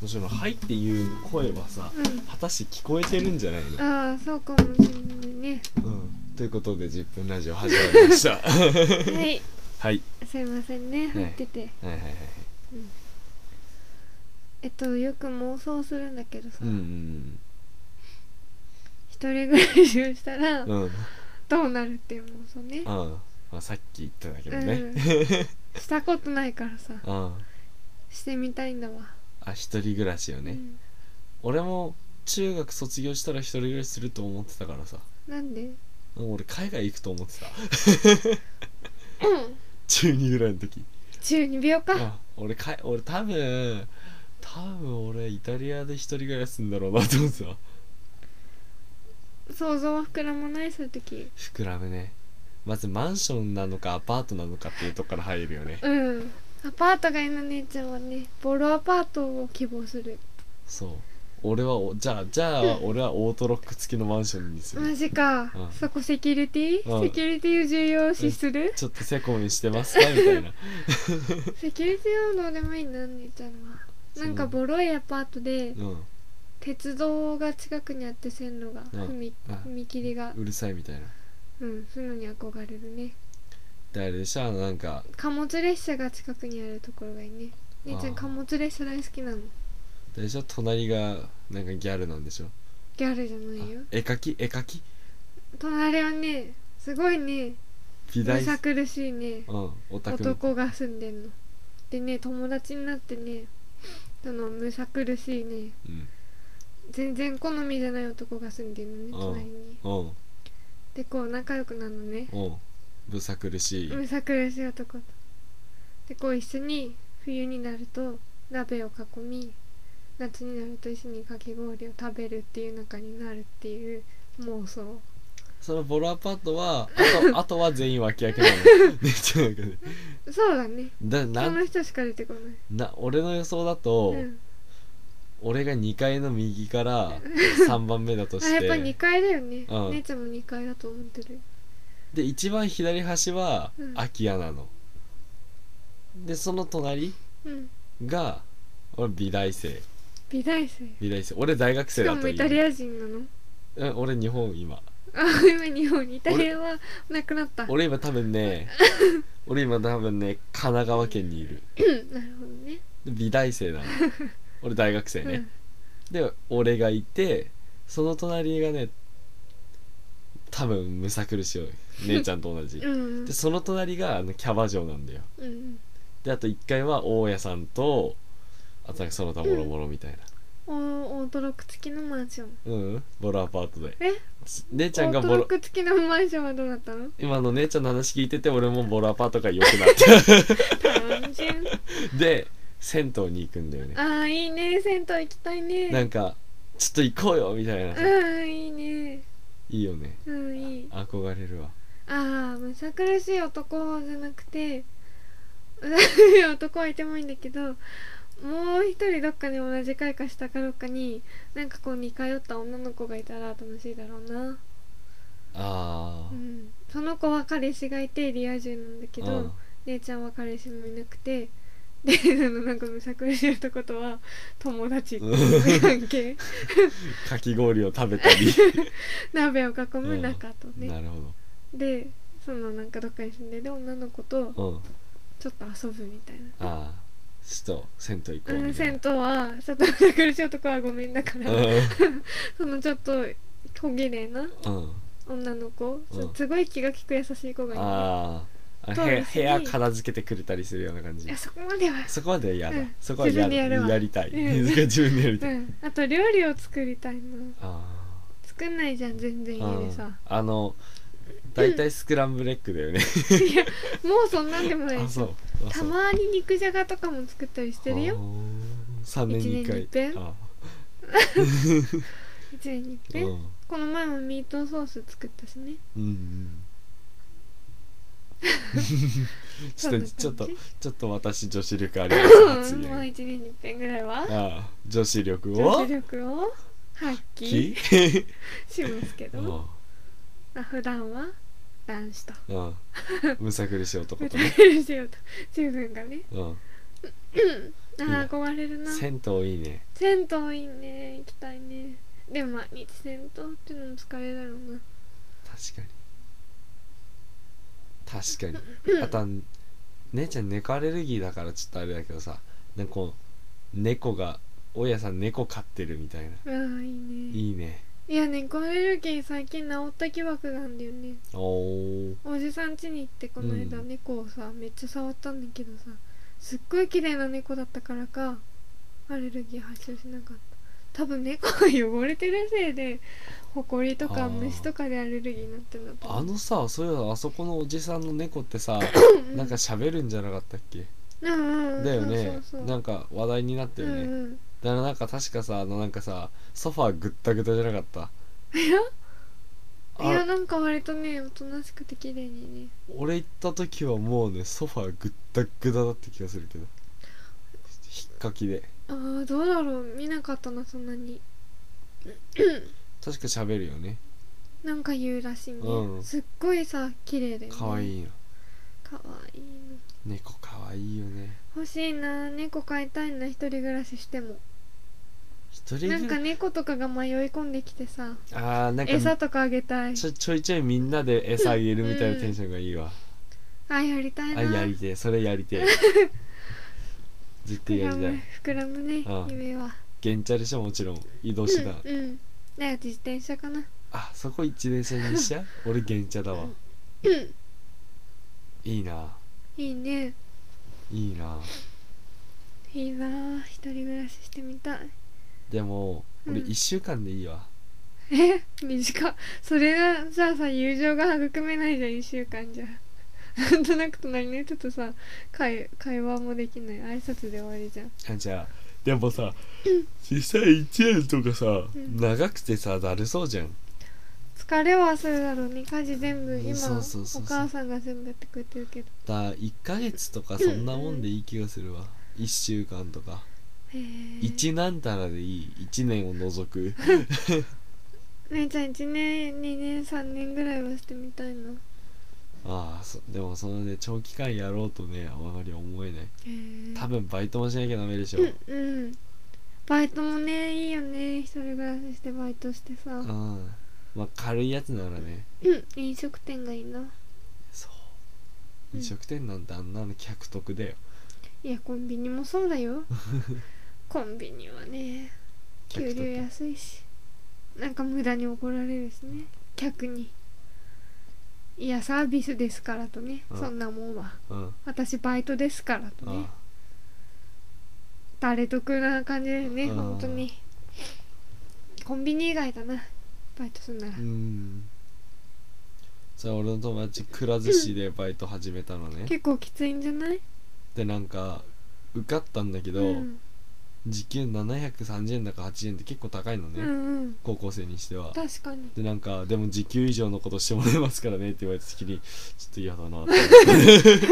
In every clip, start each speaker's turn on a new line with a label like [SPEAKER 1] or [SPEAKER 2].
[SPEAKER 1] もちろん「はい」っていう声はさ果たして聞こえてるんじゃないの、
[SPEAKER 2] うん、ああそうかもしれないね
[SPEAKER 1] うん、ということで10分ラジオ始まりました は
[SPEAKER 2] はい
[SPEAKER 1] い
[SPEAKER 2] すいませんね張ってて
[SPEAKER 1] はいはいはい
[SPEAKER 2] えっとよく妄想するんだけどさ
[SPEAKER 1] うんうん
[SPEAKER 2] 一人暮らしをしたら
[SPEAKER 1] うんうん
[SPEAKER 2] どうなるっていう妄想ね
[SPEAKER 1] あまあさっき言ったんだけどね、
[SPEAKER 2] うん したことないからさ
[SPEAKER 1] あ
[SPEAKER 2] してみたいんだわ
[SPEAKER 1] あ一人暮らしよね、
[SPEAKER 2] うん
[SPEAKER 1] 俺も中学卒業したら一人暮らしすると思ってたからさ
[SPEAKER 2] なんで
[SPEAKER 1] もう俺海外行くと思ってた 中2ぐらいの時
[SPEAKER 2] 12秒か
[SPEAKER 1] あ俺かい俺多分多分俺イタリアで一人暮らしするんだろうなと思ってた
[SPEAKER 2] 想像は膨らまないそういう時
[SPEAKER 1] 膨らむねまずマンションなのかアパートなのかっていうとこから入るよね
[SPEAKER 2] うんアパートがいいの姉ちゃんはねボロアパートを希望する
[SPEAKER 1] そう俺はおじゃあじゃあ俺はオートロック付きのマンションにす
[SPEAKER 2] マ
[SPEAKER 1] る
[SPEAKER 2] ジか、
[SPEAKER 1] うん
[SPEAKER 2] そこセキュリティ、
[SPEAKER 1] うん
[SPEAKER 2] セキュリティを重要視する、
[SPEAKER 1] ちょっとセコにしてますかみたいな
[SPEAKER 2] セキュリティはどうでもいいな姉ちゃんは
[SPEAKER 1] そう
[SPEAKER 2] なんかボロいアパートで
[SPEAKER 1] うん
[SPEAKER 2] 鉄道が近くにあって線路が、
[SPEAKER 1] うん
[SPEAKER 2] 踏
[SPEAKER 1] うん
[SPEAKER 2] み踏切が
[SPEAKER 1] うるさいみたいな
[SPEAKER 2] うんそういうのに憧れるね
[SPEAKER 1] であれでしょあのなんか
[SPEAKER 2] 貨物列車が近くにあるところがいいね姉ちゃ
[SPEAKER 1] あー
[SPEAKER 2] ん貨物列車大好きなの
[SPEAKER 1] あれでしょ隣がなんかギャルなんでしょ
[SPEAKER 2] ギャルじゃな
[SPEAKER 1] あ
[SPEAKER 2] いよ
[SPEAKER 1] 絵描き絵描き
[SPEAKER 2] 隣はねすごいね
[SPEAKER 1] 美
[SPEAKER 2] む
[SPEAKER 1] 大
[SPEAKER 2] さ苦しいね
[SPEAKER 1] うんオタクの
[SPEAKER 2] 男が住んでんのでね友達になってねそのむさ苦しいね
[SPEAKER 1] うん
[SPEAKER 2] 全然好みじゃない男が住んでるのね
[SPEAKER 1] ああ
[SPEAKER 2] 隣に
[SPEAKER 1] うん
[SPEAKER 2] でこう仲良くなるのね
[SPEAKER 1] うんむさ苦しい、
[SPEAKER 2] むさ苦しい男とでこう一緒に冬になると鍋を囲み夏になると一緒にかき氷を食べるっていう仲になるっていう妄想
[SPEAKER 1] そのボロアパートはあ とあとは全員脇役なのめっちゃなんかね
[SPEAKER 2] そうだね
[SPEAKER 1] だな
[SPEAKER 2] その人しか出てこない
[SPEAKER 1] な俺の予想だと、
[SPEAKER 2] うん、
[SPEAKER 1] 俺が2階の右から3番目だと
[SPEAKER 2] あ
[SPEAKER 1] し
[SPEAKER 2] やっぱ2
[SPEAKER 1] て
[SPEAKER 2] 階だよね、
[SPEAKER 1] うん
[SPEAKER 2] 姉ちゃんも2階だと思ってる
[SPEAKER 1] で一番左端は
[SPEAKER 2] うん
[SPEAKER 1] 空き家なの、でその隣
[SPEAKER 2] うん
[SPEAKER 1] が俺美大生
[SPEAKER 2] 美大生
[SPEAKER 1] 美大生俺大学生
[SPEAKER 2] しか
[SPEAKER 1] だ
[SPEAKER 2] も
[SPEAKER 1] とい
[SPEAKER 2] イタリ
[SPEAKER 1] う
[SPEAKER 2] ア人なの
[SPEAKER 1] うん俺日本今
[SPEAKER 2] あ今日本にイタリアはなくなった
[SPEAKER 1] 俺今多分 ね俺今多分ね神奈川県にいる
[SPEAKER 2] なるほどね
[SPEAKER 1] で美大生な の俺大学生ね、で俺がいてその隣がね多分むさ苦しいよ姉ちゃんと同じ
[SPEAKER 2] うんうん
[SPEAKER 1] でその隣があのキャバ嬢なんだよ
[SPEAKER 2] うん
[SPEAKER 1] であと1階は大家さんとあとなんかその他ボロボロみたいな
[SPEAKER 2] おオートロック付きのマンション
[SPEAKER 1] うん、ボロアパートで
[SPEAKER 2] え
[SPEAKER 1] 姉ちゃ
[SPEAKER 2] オ
[SPEAKER 1] ん
[SPEAKER 2] ー
[SPEAKER 1] が
[SPEAKER 2] ト
[SPEAKER 1] ボ
[SPEAKER 2] ロ
[SPEAKER 1] ロ
[SPEAKER 2] ック付きのマンションはどうだったの
[SPEAKER 1] 今の姉ちゃんの話聞いてて俺もボロアパートが良くなっ
[SPEAKER 2] 単純
[SPEAKER 1] てで銭湯に行くんだよね
[SPEAKER 2] ああいいね銭湯行きたいね
[SPEAKER 1] なんかちょっと行こうよみたいなさ
[SPEAKER 2] うんいいね
[SPEAKER 1] いいよね
[SPEAKER 2] うんいい
[SPEAKER 1] 憧れるわ
[SPEAKER 2] ああむさ苦しい男じゃなくて むさ苦しい男はいてもいいんだけどもう一人どっかに同じ階か下かどっかになんかこう似通った女の子がいたら楽しいだろうな
[SPEAKER 1] あ
[SPEAKER 2] う
[SPEAKER 1] ー
[SPEAKER 2] んその子は彼氏がいてリア充なんだけど、
[SPEAKER 1] うん
[SPEAKER 2] 姉ちゃんは彼氏もいなくてであのなんかむさ苦しい男とは友達っていう関係
[SPEAKER 1] かき氷を食べたり、
[SPEAKER 2] 鍋を囲む仲と
[SPEAKER 1] な
[SPEAKER 2] ね、
[SPEAKER 1] るほ
[SPEAKER 2] でそのなんかどっかに住んでる女の子と
[SPEAKER 1] どうん
[SPEAKER 2] ちょっと遊ぶみたいな。
[SPEAKER 1] ああちょっと銭湯行こう
[SPEAKER 2] うん、
[SPEAKER 1] みたい
[SPEAKER 2] 銭
[SPEAKER 1] な
[SPEAKER 2] 湯はちょっとむさ苦しい男はごめんだから、そのちょっと小綺麗な
[SPEAKER 1] うん、うん、
[SPEAKER 2] 女の子、
[SPEAKER 1] うん
[SPEAKER 2] すごい気が利く優しい子がいる
[SPEAKER 1] あーあ
[SPEAKER 2] そう
[SPEAKER 1] 部屋
[SPEAKER 2] です
[SPEAKER 1] 部
[SPEAKER 2] ね
[SPEAKER 1] 屋片付けてくれたりするような感じ
[SPEAKER 2] いやそこまでは
[SPEAKER 1] そこまでは嫌だ、
[SPEAKER 2] うん
[SPEAKER 1] そこは嫌
[SPEAKER 2] 自分でやるわ
[SPEAKER 1] やりたい、
[SPEAKER 2] うん
[SPEAKER 1] 自分でやり
[SPEAKER 2] う
[SPEAKER 1] たい、
[SPEAKER 2] んあと料理を作りたいな
[SPEAKER 1] あ
[SPEAKER 2] 作んないじゃん全然
[SPEAKER 1] ー
[SPEAKER 2] 家でさ
[SPEAKER 1] あーあの大体スクランブルエッグだよね
[SPEAKER 2] いやもうそんなんでもない
[SPEAKER 1] あ
[SPEAKER 2] でし
[SPEAKER 1] そう
[SPEAKER 2] ょ
[SPEAKER 1] あ
[SPEAKER 2] た
[SPEAKER 1] そう
[SPEAKER 2] まに肉じゃがとかも作ったりしてるよ
[SPEAKER 1] 3年に1
[SPEAKER 2] 一年に
[SPEAKER 1] 回
[SPEAKER 2] 一遍
[SPEAKER 1] あ
[SPEAKER 2] 一年にいっ
[SPEAKER 1] ー
[SPEAKER 2] ぺ
[SPEAKER 1] うん
[SPEAKER 2] んこの前もミートソース作ったしね
[SPEAKER 1] うんうんちょっ
[SPEAKER 2] そんな
[SPEAKER 1] と
[SPEAKER 2] 感じ
[SPEAKER 1] ちょっとちょっと私女子力あります
[SPEAKER 2] う
[SPEAKER 1] ね
[SPEAKER 2] ん
[SPEAKER 1] 次
[SPEAKER 2] もう一年にいっぺんぐらいは
[SPEAKER 1] ああ女子力
[SPEAKER 2] 女
[SPEAKER 1] を
[SPEAKER 2] 子力を発揮
[SPEAKER 1] き
[SPEAKER 2] しますけ
[SPEAKER 1] う
[SPEAKER 2] ど
[SPEAKER 1] ん
[SPEAKER 2] まあ普段は男子と
[SPEAKER 1] うんむさ苦しい男
[SPEAKER 2] 歌
[SPEAKER 1] と
[SPEAKER 2] え
[SPEAKER 1] ね
[SPEAKER 2] るしよと自分がね
[SPEAKER 1] うん
[SPEAKER 2] あ
[SPEAKER 1] いいな
[SPEAKER 2] ー憧れるな
[SPEAKER 1] 銭湯いいね
[SPEAKER 2] 銭湯いいね行きたいねでも毎日銭湯ってのも疲れだろうな
[SPEAKER 1] 確かに確かにあとは姉ちゃん猫アレルギーだからちょっとあれだけどさなんかこう猫が大家さん猫飼ってるみたいな
[SPEAKER 2] あーいいね
[SPEAKER 1] いいね
[SPEAKER 2] いや猫アレルギー最近治った疑惑なんだよね
[SPEAKER 1] おお
[SPEAKER 2] おじさん家に行ってこの間、
[SPEAKER 1] うん
[SPEAKER 2] 猫をさめっちゃ触ったんだけどさすっごい綺麗な猫だったからかアレルギー発症しなかった多分猫が汚れてるせいでホコリと
[SPEAKER 1] あ
[SPEAKER 2] か
[SPEAKER 1] ー
[SPEAKER 2] 虫とかでアレルギーになってんだと思う
[SPEAKER 1] あのさそういえばあそこのおじさんの猫って さなんか喋るんじゃなかったっけ
[SPEAKER 2] うんうんうん
[SPEAKER 1] だよね
[SPEAKER 2] そうそうそう
[SPEAKER 1] なんか話題になったよね、
[SPEAKER 2] うんうん
[SPEAKER 1] だからなんか確かさあのなんかさソファーぐったぐたじゃなかった
[SPEAKER 2] いや
[SPEAKER 1] あ
[SPEAKER 2] なんか割とねおとなしくて綺麗にね
[SPEAKER 1] 俺行った時はもうねソファーぐったぐただった気がするけど引っかきで
[SPEAKER 2] ああどうだろう見なかったなそんなに
[SPEAKER 1] 確か喋るよね
[SPEAKER 2] なんか言うらしいね、
[SPEAKER 1] うん
[SPEAKER 2] すっごいさ綺麗だよね
[SPEAKER 1] 可愛
[SPEAKER 2] い
[SPEAKER 1] いいの
[SPEAKER 2] かわいいの
[SPEAKER 1] 猫可愛いよね
[SPEAKER 2] 欲しいな猫飼いたいな一人暮らししても
[SPEAKER 1] 一人
[SPEAKER 2] なん
[SPEAKER 1] ぐ
[SPEAKER 2] から
[SPEAKER 1] い
[SPEAKER 2] 猫とかが迷い込んできてさ
[SPEAKER 1] あーなん
[SPEAKER 2] 餌
[SPEAKER 1] か
[SPEAKER 2] とかあげたい
[SPEAKER 1] ちょちょいちょいみんなで餌あげるみたいなテンションがいいわ、
[SPEAKER 2] あやりたいな
[SPEAKER 1] あやりてえそれやりて え絶対
[SPEAKER 2] 膨
[SPEAKER 1] や
[SPEAKER 2] ら
[SPEAKER 1] りた
[SPEAKER 2] む
[SPEAKER 1] い
[SPEAKER 2] 膨らむね
[SPEAKER 1] うん
[SPEAKER 2] 夢は
[SPEAKER 1] 原チャリ車もちろん移動手段、
[SPEAKER 2] うんうんだから自転車かな
[SPEAKER 1] あそこ一年生に しちゃう俺原チャだわいいない
[SPEAKER 2] いね
[SPEAKER 1] いいない
[SPEAKER 2] いな一人暮らししてみたい
[SPEAKER 1] でも俺
[SPEAKER 2] うん
[SPEAKER 1] 1週間でいいわ、
[SPEAKER 2] え短っそれがささ友情が育めないじゃん1週間じゃ なんとなく隣の人とさ会会話もできない挨拶で終わりじゃん
[SPEAKER 1] あじゃあでもさ実際1年とかさ、
[SPEAKER 2] うん
[SPEAKER 1] 長くてさだるそうじゃん
[SPEAKER 2] 疲れはするだろうね家事全部
[SPEAKER 1] うん
[SPEAKER 2] 今
[SPEAKER 1] そうそうそうそう
[SPEAKER 2] お母さんが全部やってくれてるけど
[SPEAKER 1] だ1ヶ月とかそんなもんでいい気がするわ1週間とか
[SPEAKER 2] へえ
[SPEAKER 1] 1なんたらでいい1年を 除く
[SPEAKER 2] 姉ちゃん1年2年3年ぐらいはしてみたいなへ
[SPEAKER 1] ああそでもそのね長期間やろうとねあまり思えない
[SPEAKER 2] え
[SPEAKER 1] 多分バイトもしなきゃダメでしょ、
[SPEAKER 2] うんうんバイトもねいいよね一人暮らししてバイトしてさ
[SPEAKER 1] うんまあ軽いやつならね
[SPEAKER 2] うん飲食店がいいな
[SPEAKER 1] そう飲食店なんてあんなの客得だよ
[SPEAKER 2] いやコンビニもそうだ よコンビニはね
[SPEAKER 1] 客
[SPEAKER 2] 給
[SPEAKER 1] 得
[SPEAKER 2] 料安いしなんか無駄に怒られるしね客にいやサービスですからとね、
[SPEAKER 1] うん
[SPEAKER 2] そんなもんは
[SPEAKER 1] うんあ
[SPEAKER 2] 私バイトですからとね
[SPEAKER 1] あ
[SPEAKER 2] 誰得な感じだよね
[SPEAKER 1] うん
[SPEAKER 2] 本当にコンビニ以外だなバイトするなら、
[SPEAKER 1] うんそれ俺の友達くら寿司でバイト始めたのね
[SPEAKER 2] 結構きついんじゃない
[SPEAKER 1] でなんか受かったんだけど、
[SPEAKER 2] うん
[SPEAKER 1] 時給730円だか8円って結構高いの
[SPEAKER 2] う
[SPEAKER 1] ね、
[SPEAKER 2] んうん
[SPEAKER 1] 高校生にしては
[SPEAKER 2] 確かに
[SPEAKER 1] でなんかでも時給以上のことしてもらえますからねって言われた時にちょっと嫌だなと思って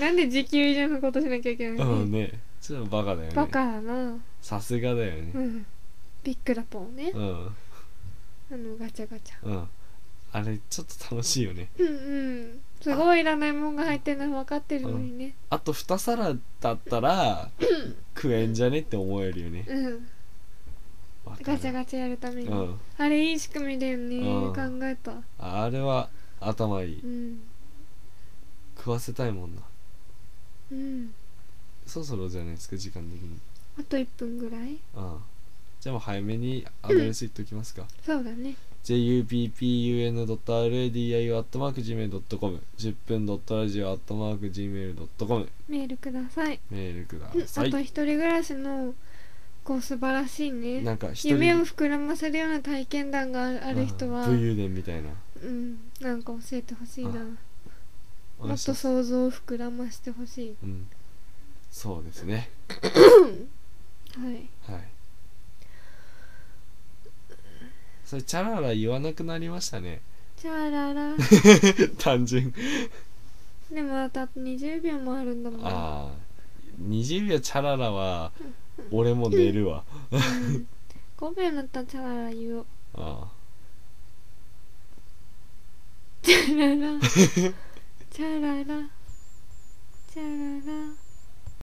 [SPEAKER 2] なんで時給以上のことしなきゃいけないの、
[SPEAKER 1] うんねちょっとバカだよね
[SPEAKER 2] バカだな
[SPEAKER 1] さすがだよね
[SPEAKER 2] うんビッグラポンね
[SPEAKER 1] う、ん
[SPEAKER 2] あのガチャガチャ
[SPEAKER 1] うんあれちょっと楽しいよね
[SPEAKER 2] うんうんすごいいらないもんが入ってるの分かってるのにね
[SPEAKER 1] あと2皿だったら食えんじゃねって思えるよね
[SPEAKER 2] うん、
[SPEAKER 1] わかる
[SPEAKER 2] ガチャガチャやるために、
[SPEAKER 1] うん
[SPEAKER 2] あれいい仕組みだよね、
[SPEAKER 1] うん
[SPEAKER 2] 考えた
[SPEAKER 1] あれは頭いい
[SPEAKER 2] うん
[SPEAKER 1] 食わせたいもんな
[SPEAKER 2] うん
[SPEAKER 1] そろそろじゃないですか時間的に
[SPEAKER 2] あと1分ぐらい
[SPEAKER 1] うんじゃあもう早めにアドレス言っておきますか、
[SPEAKER 2] そうだね
[SPEAKER 1] juppun.radio.gmail.com 10分 .radio.gmail.com
[SPEAKER 2] メールください、
[SPEAKER 1] メールくだ
[SPEAKER 2] うん
[SPEAKER 1] さ
[SPEAKER 2] あと
[SPEAKER 1] い
[SPEAKER 2] 一人暮らしのこう素晴らしい
[SPEAKER 1] な
[SPEAKER 2] ね
[SPEAKER 1] んか一
[SPEAKER 2] 夢を
[SPEAKER 1] 人
[SPEAKER 2] 膨らませるような体験談があ
[SPEAKER 1] あ
[SPEAKER 2] る人は、う
[SPEAKER 1] 武
[SPEAKER 2] ん
[SPEAKER 1] 勇伝みたいな
[SPEAKER 2] なんか教えてほしいな
[SPEAKER 1] お
[SPEAKER 2] も
[SPEAKER 1] 願い
[SPEAKER 2] っ
[SPEAKER 1] し
[SPEAKER 2] と
[SPEAKER 1] ます
[SPEAKER 2] 想像を膨らましてほしい
[SPEAKER 1] うんそうですね
[SPEAKER 2] はい
[SPEAKER 1] はいそれチャララ言わなくなりましたね
[SPEAKER 2] チャラ ラ
[SPEAKER 1] 単純
[SPEAKER 2] でもあとあと20秒もあるんだもん
[SPEAKER 1] ああ20秒チャララは俺も寝るわ
[SPEAKER 2] 5秒になったらチャララ言 おう
[SPEAKER 1] あ
[SPEAKER 2] チャララチャララチシャララ